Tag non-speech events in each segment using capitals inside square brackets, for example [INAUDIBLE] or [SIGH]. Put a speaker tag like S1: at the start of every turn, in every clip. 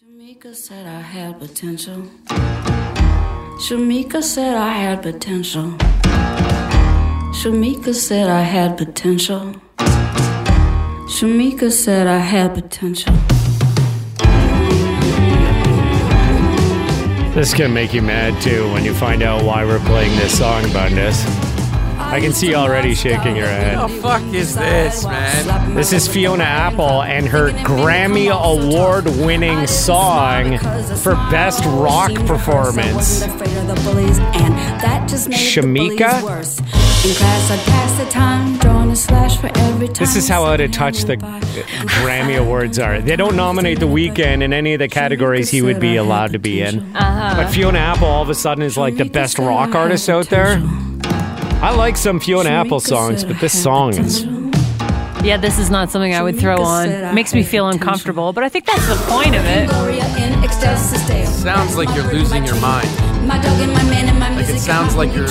S1: Shamika said I had potential. Shamika said I had potential. Shamika said I had potential. Shamika said I had potential.
S2: This is gonna make you mad too when you find out why we're playing this song, Bundes. I can see you already shaking your head.
S3: What the fuck is this, man?
S2: This is Fiona Apple and her Grammy Award winning song for Best Rock Performance. Shamika?
S1: Shamika?
S2: This is how out of touch the uh, Grammy Awards are. They don't nominate The Weeknd in any of the categories he would be allowed to be in. But Fiona Apple all of a sudden is like the best rock artist out there. I like some Fiona Apple songs, but this song is.
S4: Yeah, this is not something I would throw on. Makes me feel uncomfortable, but I think that's the point of [LAUGHS] it.
S3: Sounds like you're losing your mind. Like it sounds like you're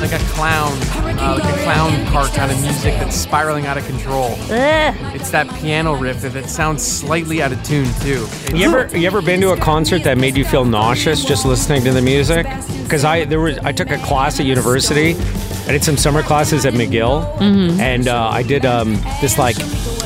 S3: like a clown, uh, like a clown car kind of music that's spiraling out of control.
S4: Ugh.
S3: It's that piano riff that, that sounds slightly out of tune too. It's-
S2: You ever you ever been to a concert that made you feel nauseous just listening to the music? Because I there was I took a class at university. I did some summer classes at McGill,
S4: Mm-hmm.
S2: and uh, I did um, this like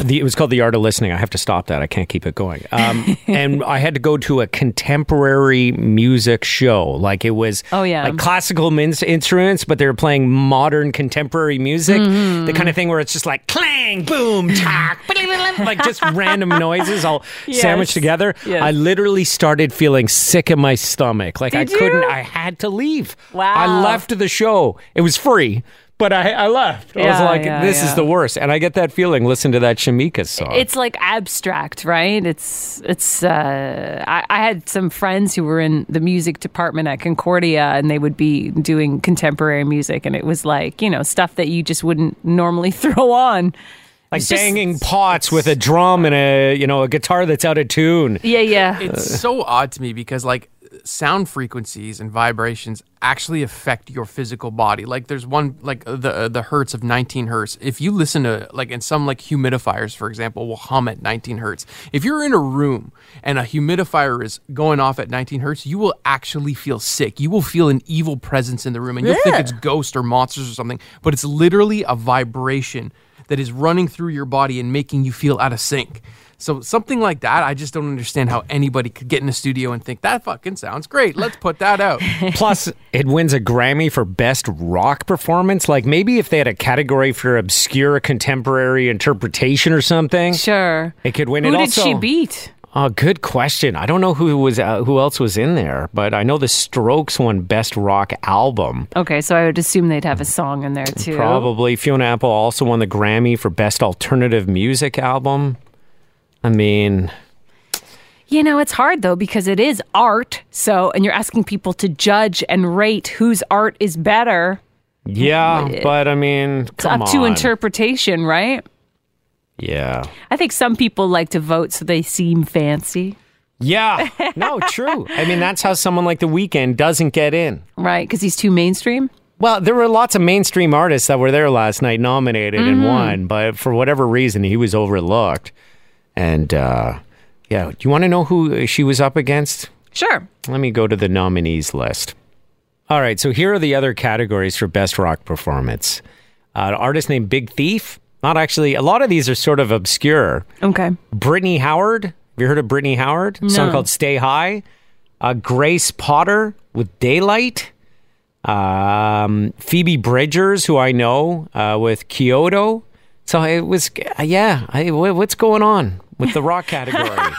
S2: the it was called the art of listening. I have to stop that. I can't keep it going.
S4: [LAUGHS]
S2: Um, and I had to go to a contemporary music show. Like it was
S4: Oh, yeah.
S2: like classical min- instruments, but they were playing modern contemporary music.
S4: Mm-hmm.
S2: The kind of thing where it's just like clang, boom, tack, [LAUGHS] like just random noises all sandwiched
S4: Yes.
S2: together.
S4: Yes.
S2: I literally started feeling sick in my stomach. Like I
S4: Did you?
S2: couldn't. I had to leave.
S4: Wow.
S2: I left the show. It was free, but I, I left. I was
S4: Yeah,
S2: like,
S4: yeah,
S2: this is
S4: yeah.
S2: the worst. And I get that feeling. Listen to that Shamika song.
S4: It's like abstract, right? It's it's. Uh, I, I had some friends who were in the music department at Concordia, and they would be doing contemporary music, and it was like you know stuff that you just wouldn't normally [LAUGHS] throw on.
S2: like
S4: it's just-
S2: banging pots with a drum and a you know a guitar that's out of
S4: [LAUGHS]
S2: tune.
S4: Yeah, yeah.
S3: It's so odd to me because like sound frequencies and vibrations actually affect your physical body. Like there's one like the uh, the hertz of 19 hertz. If you listen to like and some like humidifiers for example will hum at 19 hertz. If you're in a room and a humidifier is going off at 19 hertz, you will actually feel sick. You will feel an evil presence in the room and you'll think it's ghosts or monsters or something, but it's literally a vibration that is running through your body and making you feel out of sync. So something like that, I just don't understand how anybody could get in a studio and think that fucking sounds great. Let's put that out.
S2: Plus, it wins a Grammy for Best Rock Performance. Like maybe if they had a category for obscure contemporary interpretation or something,
S4: Sure.
S2: it could win.
S4: Who
S2: it
S4: did
S2: also,
S4: she beat?
S2: Oh, good question. I don't know who was uh, who else was in there, but I know the Strokes won Best Rock Album.
S4: Okay, so I would assume they'd have a song in there too.
S2: Probably Fiona Apple also won the Grammy for Best Alternative Music Album. I mean,
S4: You know, it's hard though because it is art. So, and you're asking people to judge and rate whose art is better.
S2: yeah, but I mean,
S4: It's up to interpretation, right?
S2: Yeah,
S4: I think some people like to vote so they seem fancy,
S2: yeah. No, true. I mean, that's how someone like The Weeknd doesn't get in.
S4: right? Because he's too mainstream.
S2: Well, there were lots of mainstream artists that were there last night, nominated and won, but for whatever reason, he was overlooked. And uh, yeah, do you want to know who she was up against?
S4: Sure.
S2: Let me go to the nominees list. All right, so here are the other categories for best rock performance. Uh, an artist named Big Thief. Not actually. A lot of these are sort of obscure.
S4: Okay.
S2: Brittany Howard. Have you heard of Brittany Howard? A song
S4: No.
S2: called Stay High. Uh, Grace Potter with Daylight. Um, Phoebe Bridgers, who I know, uh, with Kyoto. So it was, uh, yeah. I, wha- what's going on with the rock category? uh,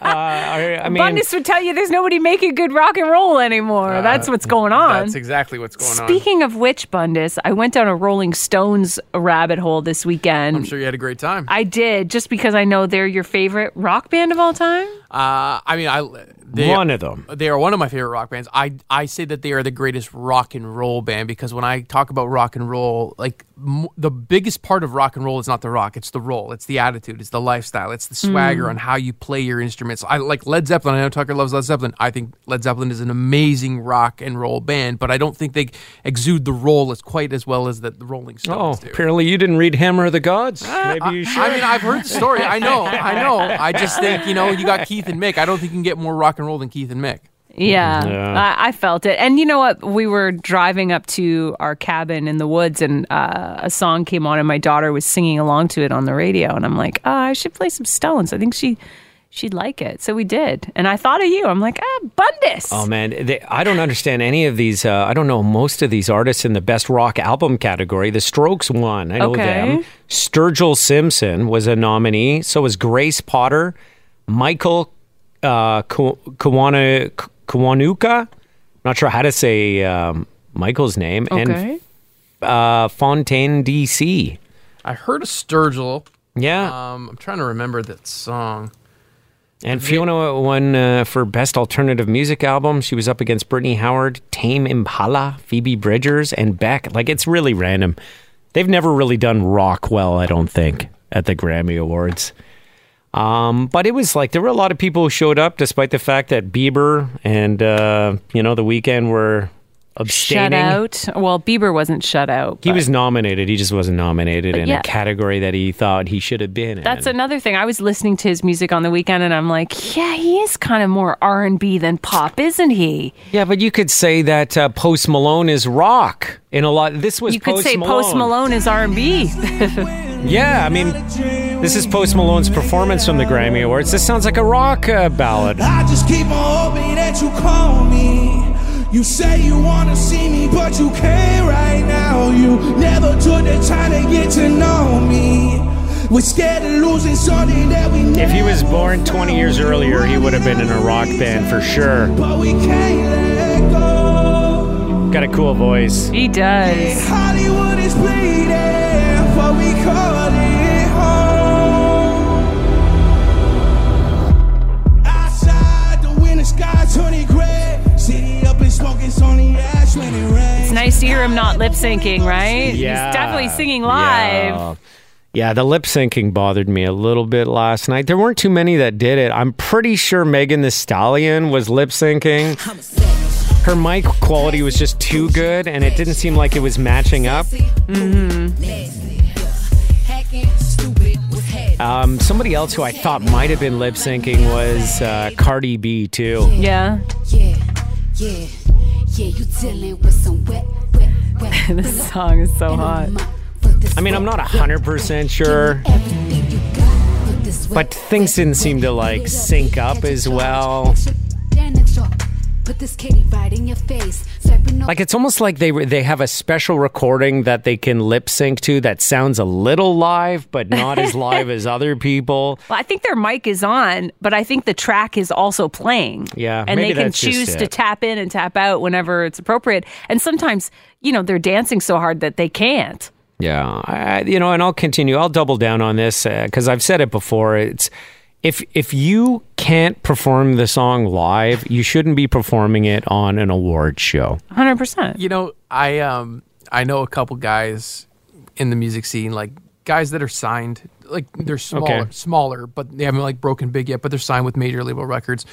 S2: I, I mean,
S4: Bundes would tell you there's nobody making good rock and roll anymore. that's what's going on.
S3: Uh, That's exactly what's going on.
S4: Speaking of which, Bundes, I went down a Rolling Stones rabbit hole this weekend.
S3: I'm sure you had a great time.
S4: I did just because I know they're your favorite rock band of all time.
S3: Uh, I mean, I They,
S2: One of them.
S3: They are one of my favorite rock bands. I I say that they are the greatest rock and roll band because when I talk about rock and roll, like m- the biggest part of rock and roll is not the rock, it's the roll, it's the attitude, it's the lifestyle, it's the swagger on how you play your instruments. I like Led Zeppelin. I know Tucker loves Led Zeppelin. I think Led Zeppelin is an amazing rock and roll band, but I don't think they exude the roll as quite as well as that the Rolling
S2: Oh,
S3: Stones do.
S2: apparently you didn't read Hammer of the Gods. Maybe you should.
S3: I mean, I've heard the story. I know, I know. I just think you know, you got Keith and Mick. I don't think you can get more rock and roll than Keith and Mick.
S4: Yeah,
S2: Yeah.
S4: I, I felt it. And you know what? We were driving up to our cabin in the woods, and uh, a song came on, and my daughter was singing along to it on the radio. And I'm like, oh, I should play some Stones. I think she she'd like it. So we did. And I thought of you. I'm like, ah, Bundus.
S2: Oh man, they, I don't understand any of these. Uh, I don't know most of these artists in the best rock album category. The Strokes won. I know
S4: Okay.
S2: them. Sturgill Simpson was a nominee. So was Grace Potter, Michael uh, Ku- Kawana- K- Kawanuka. Not sure how to say um, Michael's name. And uh, Fontaine DC.
S3: I heard a Sturgill.
S2: Yeah,
S3: Um, I'm trying to remember that song.
S2: and Fiona won uh, for best alternative music album. She was up against Brittany Howard, Tame Impala, Phoebe Bridgers, and Beck. Like it's really random. They've never really done rock well, I don't think, at the Grammy Awards. Um, but it was like there were a lot of people who showed up, despite the fact that Bieber and uh, you know the weekend were
S4: shut
S2: abstaining.
S4: out. Well, Bieber wasn't shut out.
S2: He
S4: but-
S2: was nominated. He just wasn't nominated in
S4: yeah.
S2: a category that he thought he should have been in.
S4: That's another thing. I was listening to his music on the weekend, and I'm like, yeah, he is kind of more R and B than pop, isn't he?
S2: Yeah, but you could say that uh, Post Malone is rock in a lot. This was
S4: You could
S2: Post
S4: say
S2: Malone.
S4: Post Malone is R and B. [LAUGHS]
S2: Yeah, I mean, this is Post Malone's performance from the Grammy Awards. This sounds like a rock uh, ballad.
S5: I just keep on hoping that you call me. You say you wanna see me, but you can't right now. You never took the time to get to know me. We're scared of losing something that we
S2: If he was born 20 years earlier, he would have been in a rock band for sure.
S5: But we can't let go.
S2: Got a cool voice.
S4: he does.
S5: Hollywood is bleeding, but we call it home. Outside, the winter sky turning gray. City up in smoke, it's only ash when it rains.
S4: It's nice to hear him not lip syncing, right?
S2: Yeah.
S4: He's definitely singing live.
S2: Yeah. Yeah, the lip syncing bothered me a little bit last night. There weren't too many that did it. I'm pretty sure Megan the Stallion was lip syncing. Her mic quality was just too good, and it didn't seem like it was matching up. Um, somebody else who I thought might have been lip syncing was uh, Cardi B too.
S4: Yeah. [LAUGHS]
S6: Yeah, yeah, yeah, you dealing with some wet, wet, wet.
S4: This song is so hot.
S2: I mean, I'm not hundred percent sure, but things didn't seem to like sync up as well.
S6: Put this kitty right in your face. Swiping
S2: Like it's almost like they were- they have a special recording that they can lip sync to that sounds a little live, but not as live as other
S3: [LAUGHS]
S2: people.
S4: Well, I think their mic is on, but I think the track is also playing.
S2: Yeah,
S4: And
S2: maybe
S4: they can
S2: that's just
S4: choose to
S2: it.
S4: tap in and tap out whenever it's appropriate. And sometimes, you know, they're dancing so hard that they can't.
S2: Yeah, I, I- you know, and I'll continue. I'll double down on this because I've said it before. It's if if you can't perform the song live, you shouldn't be performing it on an award show.
S4: 100%.
S3: You know, I um, I know a couple guys in the music scene, like guys that are signed, like they're smaller,
S2: Okay.
S3: smaller, but they haven't like broken big yet, but they're signed with major label records.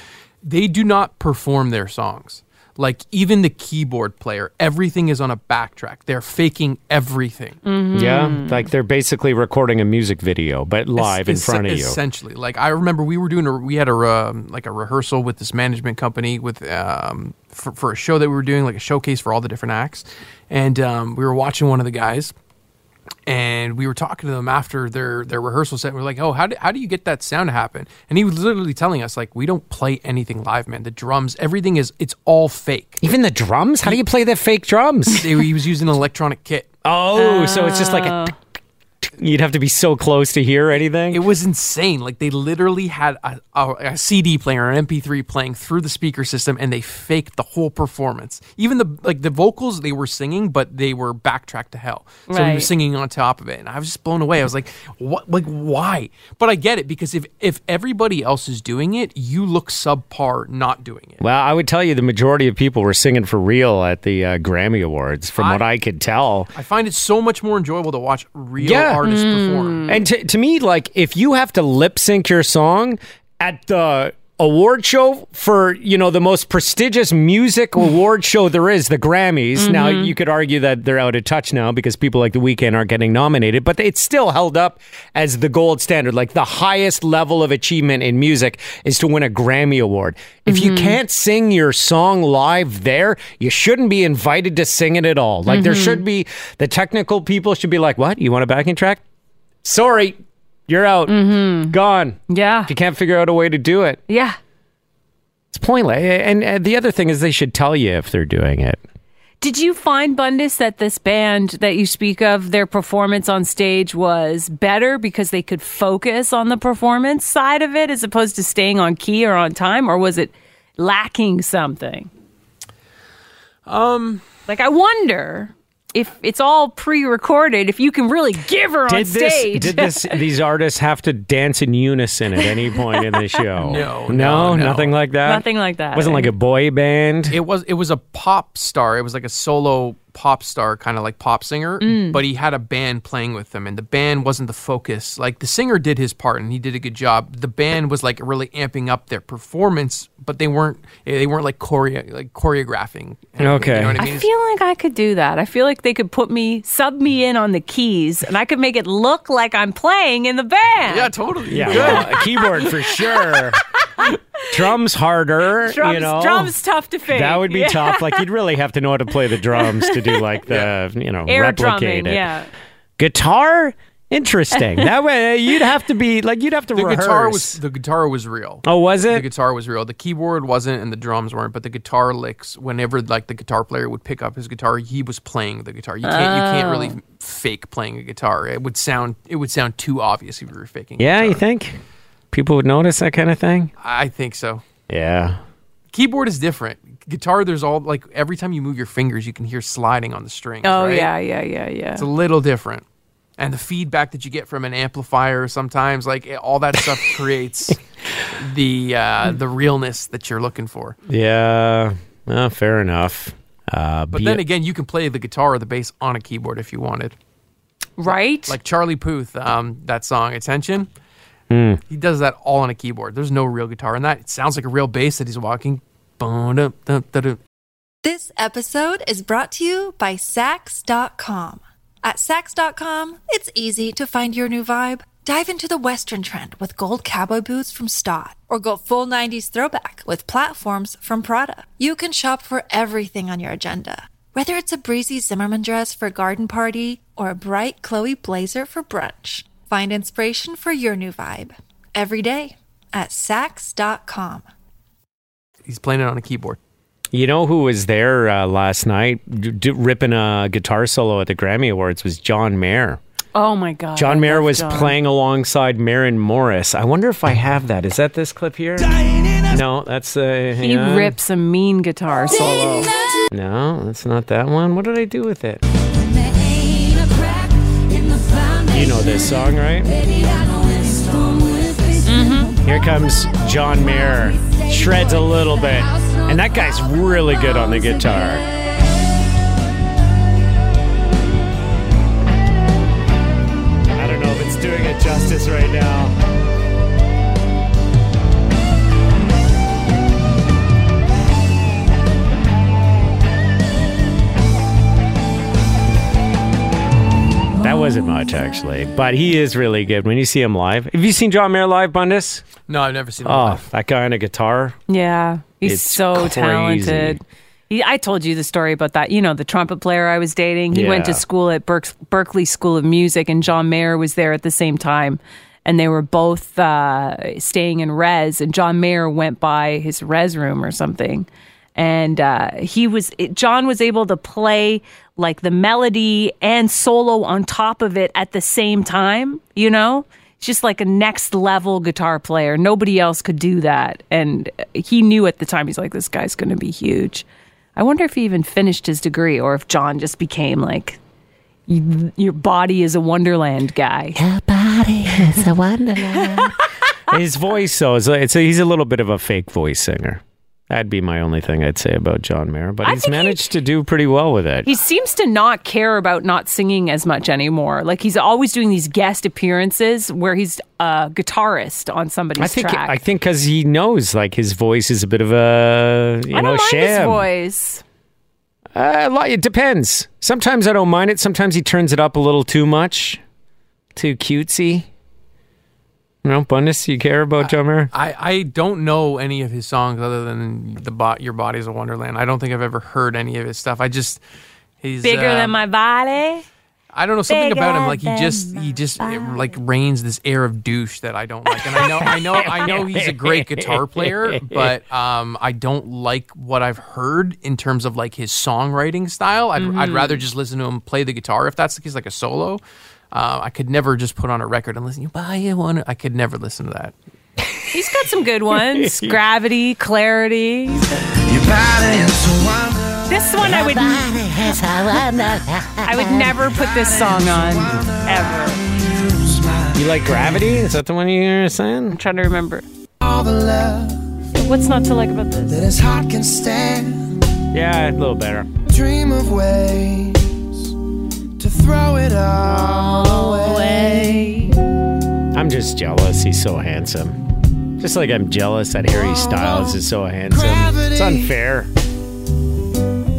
S3: They do not perform their songs. Like even the keyboard player, everything is on a backtrack. They're faking everything.
S2: Yeah, like they're basically recording a music video, but live in
S3: Es-
S2: front of
S3: es-
S2: you.
S3: Essentially, like I remember, we were doing a we had a um, like a rehearsal with this management company with um, for, for a show that we were doing, like a showcase for all the different acts, and um, we were watching one of the guys. And we were talking to them after their, their rehearsal set. We are like, "Oh, how do, how do you get that sound to happen?" And he was literally telling us, "Like, we don't play anything live, man. The drums, everything is it's all fake."
S2: Even the drums? How do you play the fake drums?
S3: They- he was using an electronic kit.
S2: Oh, so it's just like a You'd have to be so close to hear anything.
S3: It was insane. Like they literally had a, a, a CD player, an MP3 playing through the speaker system, and they faked the whole performance. Even the like the vocals they were singing, but they were backtracked to hell. So we were
S4: Right.
S3: singing on top of it, and I was just blown away. I was like, "What? Like why?" But I get it because if if everybody else is doing it, you look subpar not doing it.
S2: well, I would tell you the majority of people were singing for real at the uh, Grammy Awards, from what I could tell.
S3: I find it so much more enjoyable to watch real
S2: Yeah.
S3: artists perform.
S2: And to, to me, like, if you have to lip sync your song at the award show for, you know, the most prestigious music award show there is, the Grammys. Now, you could argue that they're out of touch now because people like The Weeknd aren't getting nominated, but it's still held up as the gold standard. Like, the highest level of achievement in music is to win a Grammy Award. If you can't sing your song live there, you shouldn't be invited to sing it at all. Like, there should be, the technical people should be like, what? You want a backing track? sorry, you're out, gone.
S4: Mm-hmm. Yeah.
S2: If you can't figure out a way to do it,
S4: Yeah.
S2: it's pointless. And, and the other thing is, they should tell you if they're doing it.
S4: Did you find Bundus that this band that you speak of, their performance on stage was better because they could focus on the performance side of it as opposed to staying on key or on time, or was it lacking something? Um,
S2: Um,
S4: like I wonder if it's all pre-recorded, if you can really give her on
S2: Did this?
S4: stage.
S2: Did
S4: [LAUGHS]
S2: this? These artists have to dance in unison at any point in
S4: [LAUGHS]
S2: the show?
S3: No,
S2: no,
S3: no, no.
S2: nothing like that.
S4: Nothing like that.
S2: Wasn't like a boy band.
S3: It was it was a pop star. It was like a solo pop star, kind of like pop singer,
S4: Mm.
S3: but he had a band playing with him, and the band wasn't the focus. Like the singer did his part and he did a good job. The band was like really amping up their performance, but they weren't they weren't like choreo like choreographing. anything,
S2: Okay.
S3: you know what I
S4: I
S3: mean? It's-
S4: feel like I could do that. I feel like they could put me sub me in on the keys, and I could make it look like I'm playing in the band.
S3: yeah, totally.
S2: yeah,
S3: Good.
S2: well, a keyboard for
S4: [LAUGHS]
S2: sure. drums harder.
S4: drums,
S2: you know,
S4: drums tough to fake.
S2: That would be
S4: Yeah.
S2: tough. Like you'd really have to know how to play the drums to do
S4: [LAUGHS]
S2: like the you know
S4: Air
S2: replicate
S4: drumming,
S2: it.
S4: yeah.
S2: guitar interesting that way uh, you'd have to be like you'd have to
S3: The
S2: rehearse
S3: guitar was the guitar was real.
S2: oh was
S3: The
S2: it
S3: guitar was real. The keyboard wasn't, and the drums weren't. But the guitar licks, whenever like the guitar player would pick up his guitar, he was playing the guitar. You can't, you can't really
S2: Oh.
S3: fake playing a guitar. It would sound, it would sound too obvious if you were faking. a
S2: yeah you
S3: guitar.
S2: think people would notice that kind of thing
S3: I think so.
S2: yeah
S3: Keyboard is different. Guitar, there's all like every time you move your fingers, you can hear sliding on the strings.
S4: Oh
S3: right?
S4: yeah, yeah, yeah, yeah.
S3: it's a little different. And the feedback that you get from an amplifier sometimes, like it- all that stuff creates the uh, the realness that you're looking for.
S2: yeah well, fair enough uh,
S3: But then again, you can play the guitar or the bass on a keyboard if you wanted.
S4: right?
S3: Like Charlie Puth, um, that song "Attention," he does that all on a keyboard. There's no real guitar in that. It sounds like a real bass that he's walking. Boom, dum, dum, dum, dum.
S7: This episode is brought to you by Sax.com. At Sax.com, it's easy to find your new vibe. Dive into the Western trend with gold cowboy boots from Stott, or go full 90s throwback with platforms from Prada. You can shop for everything on your agenda, whether it's a breezy Zimmerman dress for a garden party or a bright Chloe blazer for brunch. Find inspiration for your new vibe every day at Sax.com.
S3: He's playing it on a keyboard.
S2: you know who was there uh, last night d- d- ripping a guitar solo at the grammy awards was john mayer
S4: oh my god.
S2: john
S4: I
S2: mayer
S4: love
S2: was
S4: John.
S2: playing alongside marin morris i wonder if i have that is that this clip here no that's uh
S4: He
S2: hang on.
S4: rips a mean guitar solo.
S2: no that's not that one what did i do with it You
S6: You
S2: know this song, right? Here comes Mm-hmm. John Mayer. Shreds a little bit. And that guy's really good on the guitar. I don't know if it's doing it justice right now. That wasn't much, actually. But he is really good when you see him live. Have you seen John Mayer live, Bundus?
S3: No, I've never seen. him
S2: Oh,
S3: live.
S2: that guy on a guitar.
S4: Yeah, he's
S2: It's
S4: so
S2: crazy.
S4: talented. He, I told you the story about that. You know, the trumpet player I was dating. He went to
S2: Yeah.
S4: school at Berks- Berkeley School of Music, and John Mayer was there at the same time. And they were both uh, staying in res, and John Mayer went by his res room or something. and uh, he was it, John was able to play like the melody and solo on top of it at the same time. You know, just like a next level guitar player. Nobody else could do that, and he knew at the time he's like, this guy's going to be huge. I wonder if he even finished his degree or if John just became like. "You- Your body is a wonderland guy.
S2: His voice, though, is it's a, he's a little bit of a fake voice singer. That'd be my only thing I'd say about John Mayer, but
S4: I
S2: he's
S4: think he-
S2: managed to do pretty well with it.
S4: He seems to not care about not singing as much anymore. Like he's always doing these guest appearances where he's a guitarist on somebody's
S2: I think
S4: track.
S2: I think because he knows like his voice is a bit of a you
S4: I
S2: know
S4: don't mind
S2: sham.
S4: his voice.
S2: Uh, li- it depends. Sometimes I don't mind it. Sometimes he turns it up a little too much, too cutesy. You know, Bundes, you care
S4: Uh,
S2: about John Mayer?
S3: I, I don't know any of his songs other than the bot Your Body's a Wonderland. I don't think I've ever heard any of his stuff. I just he's
S4: Bigger
S3: uh,
S4: than my body.
S3: I don't know something
S4: bigger
S3: about him. Like he
S4: than
S3: just he just it, like reigns this air of douche that I don't like. And I know I know I know he's a great guitar player, but um I don't like what I've heard in terms of like his songwriting style. I'd, I'd
S4: Mm.
S3: rather just listen to him play the guitar if that's the case, like a solo. Uh, I could never just put on a record and listen. You buy you one. I could never listen to that.
S4: He's got some
S2: [LAUGHS]
S4: good ones. Gravity, clarity. This one I
S2: [LAUGHS]
S4: would I would never put this song on ever. I'm
S2: You like Gravity? Is that the one you're saying?
S4: trying to remember. What's not to like about this?
S5: His heart can stand.
S2: Yeah, a little better.
S5: Dream of ways to throw it all away.
S2: I'm just jealous. He's so handsome. Just like I'm jealous that Harry Styles is so handsome. It's unfair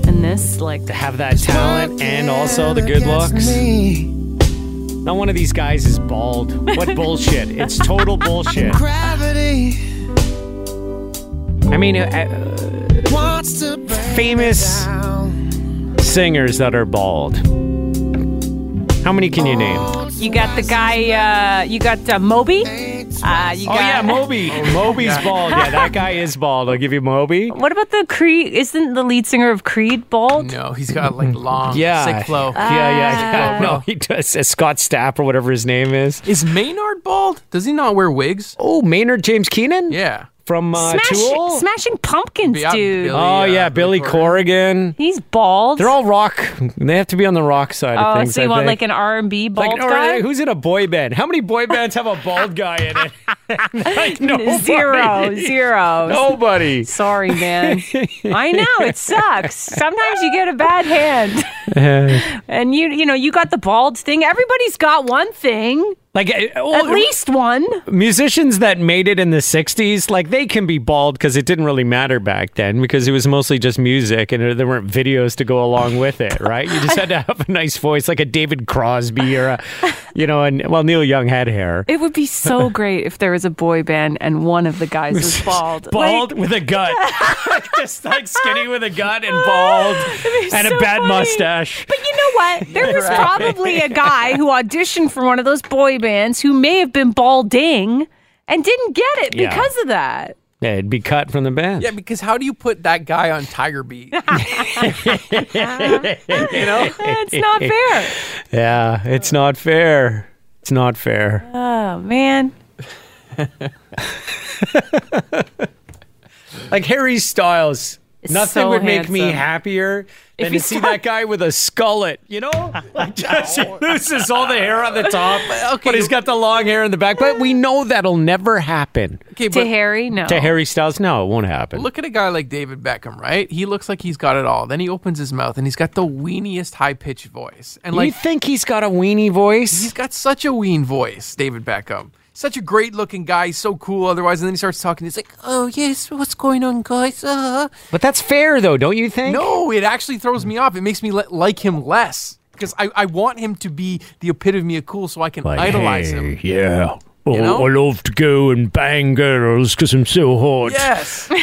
S4: And this like
S2: to have that talent and also the good looks.
S5: Me,
S2: Not one of these guys is bald. What bullshit. It's total bullshit.
S5: gravity
S2: I mean, uh,
S5: wants to break
S2: famous
S5: down.
S2: singers that are bald. How many can you name? Oh,
S4: You got the guy. Uh, you got uh, Moby. Uh, you got,
S2: Oh, yeah, Moby. Moby's bald. Yeah, that guy is bald. I'll give you Moby.
S4: What about the Creed? Isn't the lead singer of Creed bald?
S3: No, he's got like long
S2: Yeah.
S3: sick flow.
S2: Yeah, yeah, yeah. [LAUGHS] No, he does. Uh, Scott Stapp or whatever his name is.
S3: Is Maynard bald? Does he not wear wigs?
S2: Oh, Maynard James Keenan?
S3: Yeah.
S2: From uh, Tool?
S4: Smashing, smashing Pumpkins,
S3: Beyond
S4: dude.
S3: Billy,
S2: Oh
S3: uh,
S2: yeah, Billy Corrigan.
S4: He's bald.
S2: They're all rock. They have to be on the rock side
S4: Oh,
S2: of things.
S4: so you
S2: I
S4: want
S2: think.
S4: like an R and B bald
S2: Like, or,
S4: guy?
S2: like, who's in a boy band? How many boy bands have a bald guy in it? [LAUGHS] like, nobody.
S4: [LAUGHS] Zero,
S2: [LAUGHS]
S4: zero.
S2: Nobody. [LAUGHS]
S4: Sorry, man. I know it sucks. Sometimes you get a bad hand, [LAUGHS] and you you know you got the bald thing. Everybody's got one thing,
S2: Like uh, oh,
S4: at least one.
S2: musicians that made it in the '60s, like they can be bald because it didn't really matter back then because it was mostly just music and there weren't videos to go along with it, right? You just had to have a nice voice, like a David Crosby or a, you know, and well, Neil Young had hair.
S4: It would
S2: [LAUGHS]
S4: be so great if there was a boy band and one of the guys was bald.
S2: bald
S4: Like,
S2: with a gut, just [LAUGHS] like [LAUGHS] skinny with a gut and bald,
S4: It'd be
S2: and
S4: so
S2: a bad
S4: funny.
S2: mustache.
S4: But you know what?
S2: [LAUGHS]
S4: There was probably a guy who auditioned for one of those boy bands who may have been balding and didn't get it
S2: Yeah.
S4: because of that.
S2: Yeah, it'd be cut from the band.
S3: Yeah, because how do you put that guy on Tiger
S4: [LAUGHS]
S3: Beat? you know?
S4: It's
S2: [LAUGHS]
S4: not fair.
S2: Yeah, it's not fair. It's not fair.
S4: Oh man.
S2: Like Harry Styles,
S4: It's
S2: nothing
S4: so
S2: would make me
S4: handsome.
S2: happier than
S4: he
S2: to see
S4: stop-
S2: that guy with a skullet. You [LAUGHS] know, like just he loses all the hair on the
S4: [LAUGHS]
S2: top, but he's got the long hair in the back. But we know that'll never happen
S3: Okay,
S4: To
S3: but
S4: Harry, no.
S2: to Harry Styles. No, it won't happen.
S3: look at a guy like David Beckham, right? He looks like he's got it all. Then he opens his mouth and he's got the weeniest high pitched voice. And
S2: you
S3: like
S2: think he's got a weenie voice?
S3: he's got such a ween voice, David Beckham. Such a great looking guy, so cool otherwise, and then he starts talking, he's like, Oh yes, what's going on, guys? Uh,
S2: But that's fair, though, don't you think?
S3: No, it actually throws me off. It makes me le- like him less because I, I want him to be the epitome of cool so I can idolize him.
S2: Yeah. Oh,
S3: know?
S4: [LAUGHS]
S2: love to go and bang girls because I'm so hot.
S3: Yes.
S2: [LAUGHS]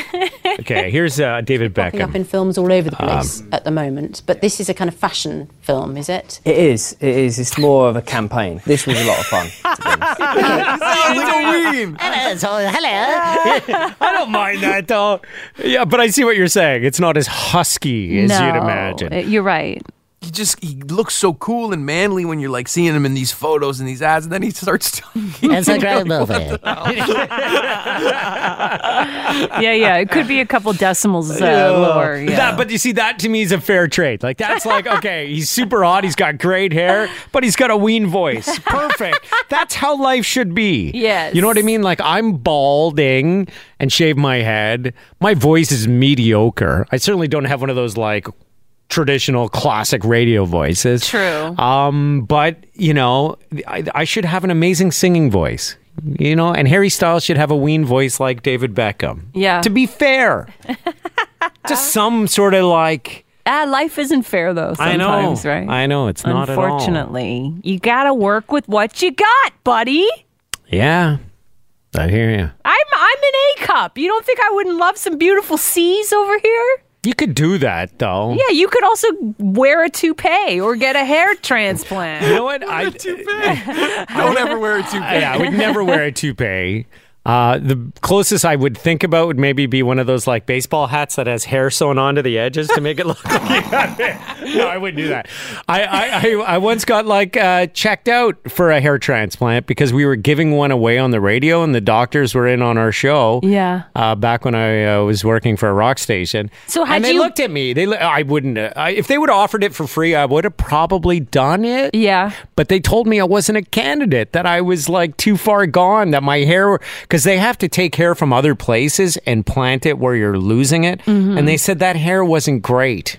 S2: Okay, here's uh, David
S8: popping up
S2: Beckham.
S8: in films all over the
S9: Um,
S8: place at the moment. But this is a kind of fashion film, is it?
S9: It is. It is. It's more of a campaign. This was a lot of fun. to be honest.
S2: I don't mind that though. [LAUGHS] Yeah, but I see what you're saying. It's not as husky as you'd
S4: No,
S2: imagine.
S4: uh, You're right.
S3: He just he looks so cool and manly when you're like seeing him in these photos and these ads, and then he starts [LAUGHS] talking.
S10: It's
S2: [LAUGHS]
S10: a great movie.
S4: Yeah, yeah. It could be a couple decimals
S2: [LAUGHS]
S4: uh, lower. Yeah.
S2: That, but you see, that to me is a fair trade. Like that's
S4: [LAUGHS]
S2: like okay, he's super hot. He's got great hair, but he's got a ween voice. Perfect. that's how life should be.
S4: Yes.
S2: You know what I mean? Like I'm balding and shave my head. My voice is mediocre. I certainly don't have one of those like traditional classic radio voices.
S4: True.
S2: Um, but you know, I, I should have an amazing singing voice. You know, and Harry Styles should have a ween voice like David Beckham.
S4: Yeah.
S2: To be
S4: [LAUGHS]
S2: fair just some sort of like
S4: Ah, life isn't fair though. Sometimes,
S2: I know,
S4: right?
S2: I know it's not at all.
S4: Unfortunately, you gotta work with what you got, buddy.
S2: Yeah, I hear you.
S4: I'm I'm an A cup. You don't think I wouldn't love some beautiful C's over here?
S2: You could do that though.
S4: Yeah, you could also wear a toupee or get a hair transplant.
S2: You know what? I [LAUGHS]
S3: Don't ever wear a toupee.
S2: yeah, I would never wear a toupee. Uh, the closest I would think about would maybe be one of those like baseball hats that has hair sewn onto the edges to make it look [LAUGHS] like you got it. No, I wouldn't do that. I I, I, I once got like uh, checked out for a hair transplant because we were giving one away on the radio and the doctors were in on our show.
S4: Yeah.
S2: uh, back when I uh, was working for a rock station.
S4: So had
S2: and they
S4: you-
S2: looked at me. They, li- I wouldn't. Uh, I, if they would have offered it for free, I would have probably done it.
S4: Yeah.
S2: But they told me I wasn't a candidate. That I was like too far gone. That my hair, because they have to take hair from other places and plant it where you're losing it.
S4: Mm-hmm.
S2: And they said that hair wasn't great.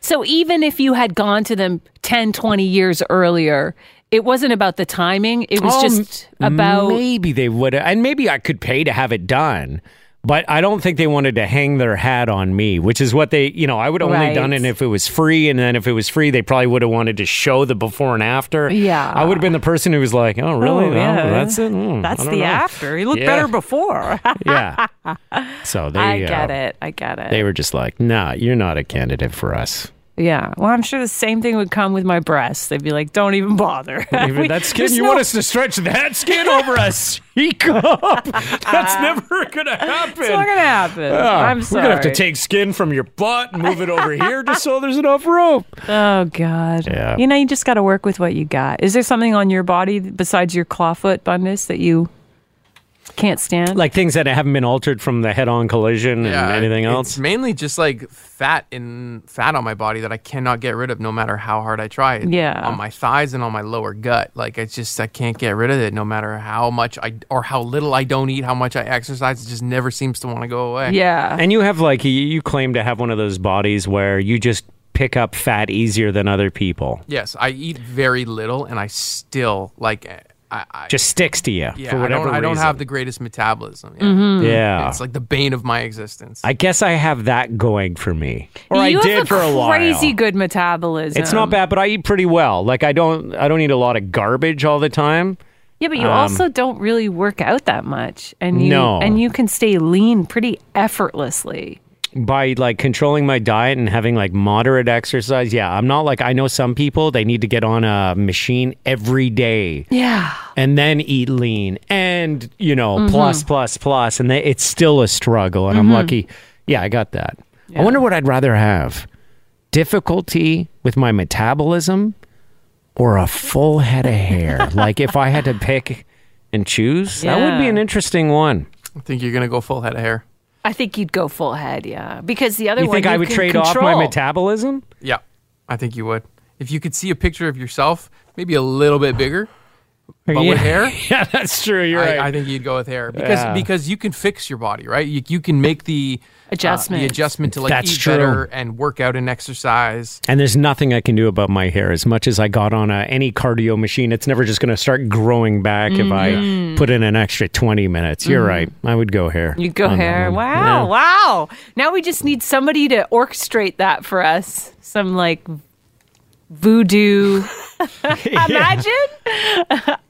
S4: So even if you had gone to them 10, 20 years earlier, it wasn't about the timing. It was
S2: Oh,
S4: just
S2: m-
S4: about
S2: maybe they would, and maybe I could pay to have it done. But I don't think they wanted to hang their hat on me, which is what they, you know, I would have only
S4: Right.
S2: done it if it was free. And then if it was free, they probably would have wanted to show the before and after.
S4: Yeah.
S2: I would have been the person who was like, oh, really?
S4: Oh,
S2: No,
S4: yeah.
S2: That's it? Mm,
S4: that's
S2: I
S4: the
S2: don't know."
S4: after. He looked
S2: Yeah. [LAUGHS]
S4: better before. [LAUGHS]
S2: yeah. So they,
S4: I get
S2: uh,
S4: it. I get it.
S2: They were just like, nah, you're not a candidate for
S4: [LAUGHS]
S2: us.
S4: Yeah. Well, I'm sure the same thing would come with my breasts. They'd be like, don't even bother. [LAUGHS] We-
S2: that skin,
S4: there's
S2: you
S4: no-
S2: want us to stretch that
S4: [LAUGHS]
S2: skin over a C cup? That's never going to happen.
S4: Uh, It's not going to happen.
S2: Oh,
S4: I'm sorry.
S2: We're gonna have to take skin from your butt and move it
S4: [LAUGHS]
S2: over here just so there's enough room.
S4: Oh, God.
S2: Yeah.
S4: You know, you just got to work with what you got. Is there something on your body besides your clawfoot bundus that you can't stand?
S2: Like things that haven't been altered from the head-on collision and anything
S3: It's
S2: else.
S3: mainly just like fat in fat on my body that I cannot get rid of no matter how hard I try.
S4: Yeah.
S3: On my thighs and on my lower gut. Like it's just I can't get rid of it no matter how much I or how little I don't eat, how much I exercise, it just never seems to want to go away.
S4: yeah.
S2: And you have like you- you claim to have one of those bodies where you just pick up fat easier than other people.
S3: Yes, I eat very little and I still like eh, I, I
S2: Just sticks to you
S3: yeah,
S2: for
S3: I
S2: whatever
S3: don't I don't
S2: reason.
S3: have the greatest metabolism. Yeah.
S2: Mm-hmm. yeah.
S3: It's like the bane of my existence.
S2: I guess I have that going for me, or I
S4: you
S2: did
S4: have a
S2: for a while.
S4: crazy good metabolism.
S2: It's not bad, but I eat pretty well. Like I don't, I don't eat a lot of garbage all the time.
S4: Yeah, but you also don't really work out that much, and you
S2: um, No.
S4: and you can stay lean pretty effortlessly.
S2: by like controlling my diet and having like moderate exercise. Yeah, I'm not like I know some people they need to get on a machine every day
S4: Yeah.
S2: and then eat lean and you know
S4: Mm-hmm.
S2: plus, plus plus and they, it's still a struggle and I'm lucky. Yeah, I got that. I wonder what I'd rather have. Difficulty with my metabolism or a full head of
S4: [LAUGHS]
S2: hair. like if I had to pick and choose, that would be
S4: Yeah.
S2: an interesting one.
S3: I think you're gonna go full head of hair.
S4: I think you'd go full head, yeah, because the other
S2: You
S4: one
S2: think I would
S4: can
S2: trade off
S4: control.
S2: my metabolism?
S3: Yeah, I think you would. If you could see a picture of yourself, maybe a little bit bigger, but
S2: Yeah.
S3: with hair,
S2: [LAUGHS] Yeah, that's true. [LAUGHS] You're
S3: I,
S2: right.
S3: I think you'd go with hair because
S2: Yeah.
S3: because you can fix your body, right? You, you can make the uh,
S4: Adjustments.
S3: the adjustment to like
S2: That's
S3: eat
S2: true.
S3: better and work out and exercise.
S2: And there's nothing I can do about my hair. As much as I got on a, any cardio machine, it's never just going to start growing back if I put in an extra 20 minutes. You're right. I would go hair.
S4: Mm-hmm. You go
S2: on that
S4: hair.
S2: one.
S4: Wow,
S2: Yeah.
S4: wow. Now we just need somebody to orchestrate that for us. Some like voodoo.
S3: [LAUGHS]
S4: Imagine.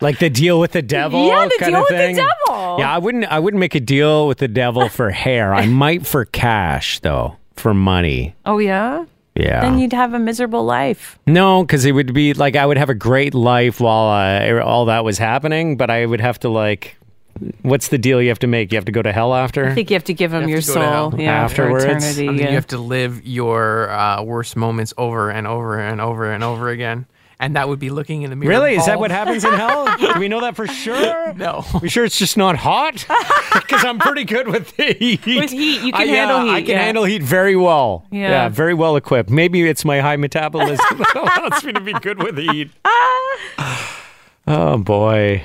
S2: like the deal with the devil.
S4: Yeah, the
S2: kind
S4: deal
S2: of
S4: with the
S2: thing.
S4: devil.
S2: Yeah, I wouldn't. I wouldn't make a deal with the devil for hair. I might for cash though, for money.
S4: Oh yeah.
S2: Yeah.
S4: Then you'd have a miserable life.
S2: No, because it would be like I would have a great life while uh, all that was happening, but I would have to like, what's the deal you have to make? You have to go to hell after.
S4: I think you have to give them
S3: You
S4: your
S3: have to go to hell.
S4: soul. Yeah,
S2: Afterwards.
S4: for
S3: I
S4: eternity.
S3: think
S4: yeah.
S3: you have to live your uh, worst moments over and over and over and over again. And that would be looking in the mirror.
S2: really, is that
S3: bald.
S2: what happens in hell? Do we know that for sure?
S3: No.
S2: We sure it's just not hot? Because I'm pretty good with the heat.
S4: With heat, you can
S2: I-
S4: handle
S2: yeah, I
S4: heat,
S2: can
S4: yeah.
S2: handle heat very well.
S4: Yeah.
S2: very well equipped. Maybe it's my high metabolism [LAUGHS] that allows me to be good with heat. oh boy.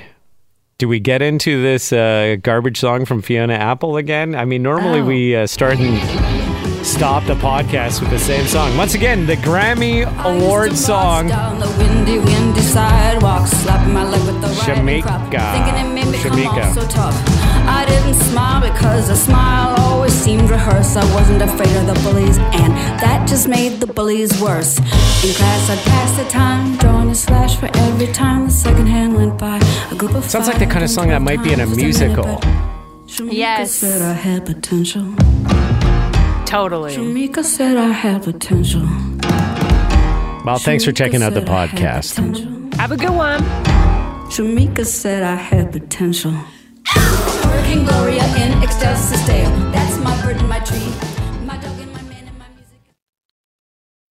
S2: Do we get into this uh, garbage song from Fiona Apple again? I mean, normally we uh, start and stop the podcast with the same song. Once again, the Grammy Award song.
S1: Down the windy, windy sidewalk, slapping my leg with the riding crop,
S2: Jamaica.
S1: thinking it made me come
S2: Jamaica.
S1: off so tough. I didn't smile because a smile always seemed rehearsed. I wasn't afraid of the bullies, and that just made the bullies worse. In class, I'd pass the time, drawing a slash for every time the second hand went by. A group of
S2: Sounds like the kind of song that might be in a musical.
S4: Yes.
S1: Said I had potential.
S4: Totally.
S1: Jamaica said I had potential.
S2: Well, thanks for checking out the
S1: Shamika said I had
S2: podcast.
S1: potential.
S4: Have a good one.
S1: Shamika said I had potential. Hurricane Gloria in Excelsis Dale. That's my bird and my tree. My dog and my man and my music.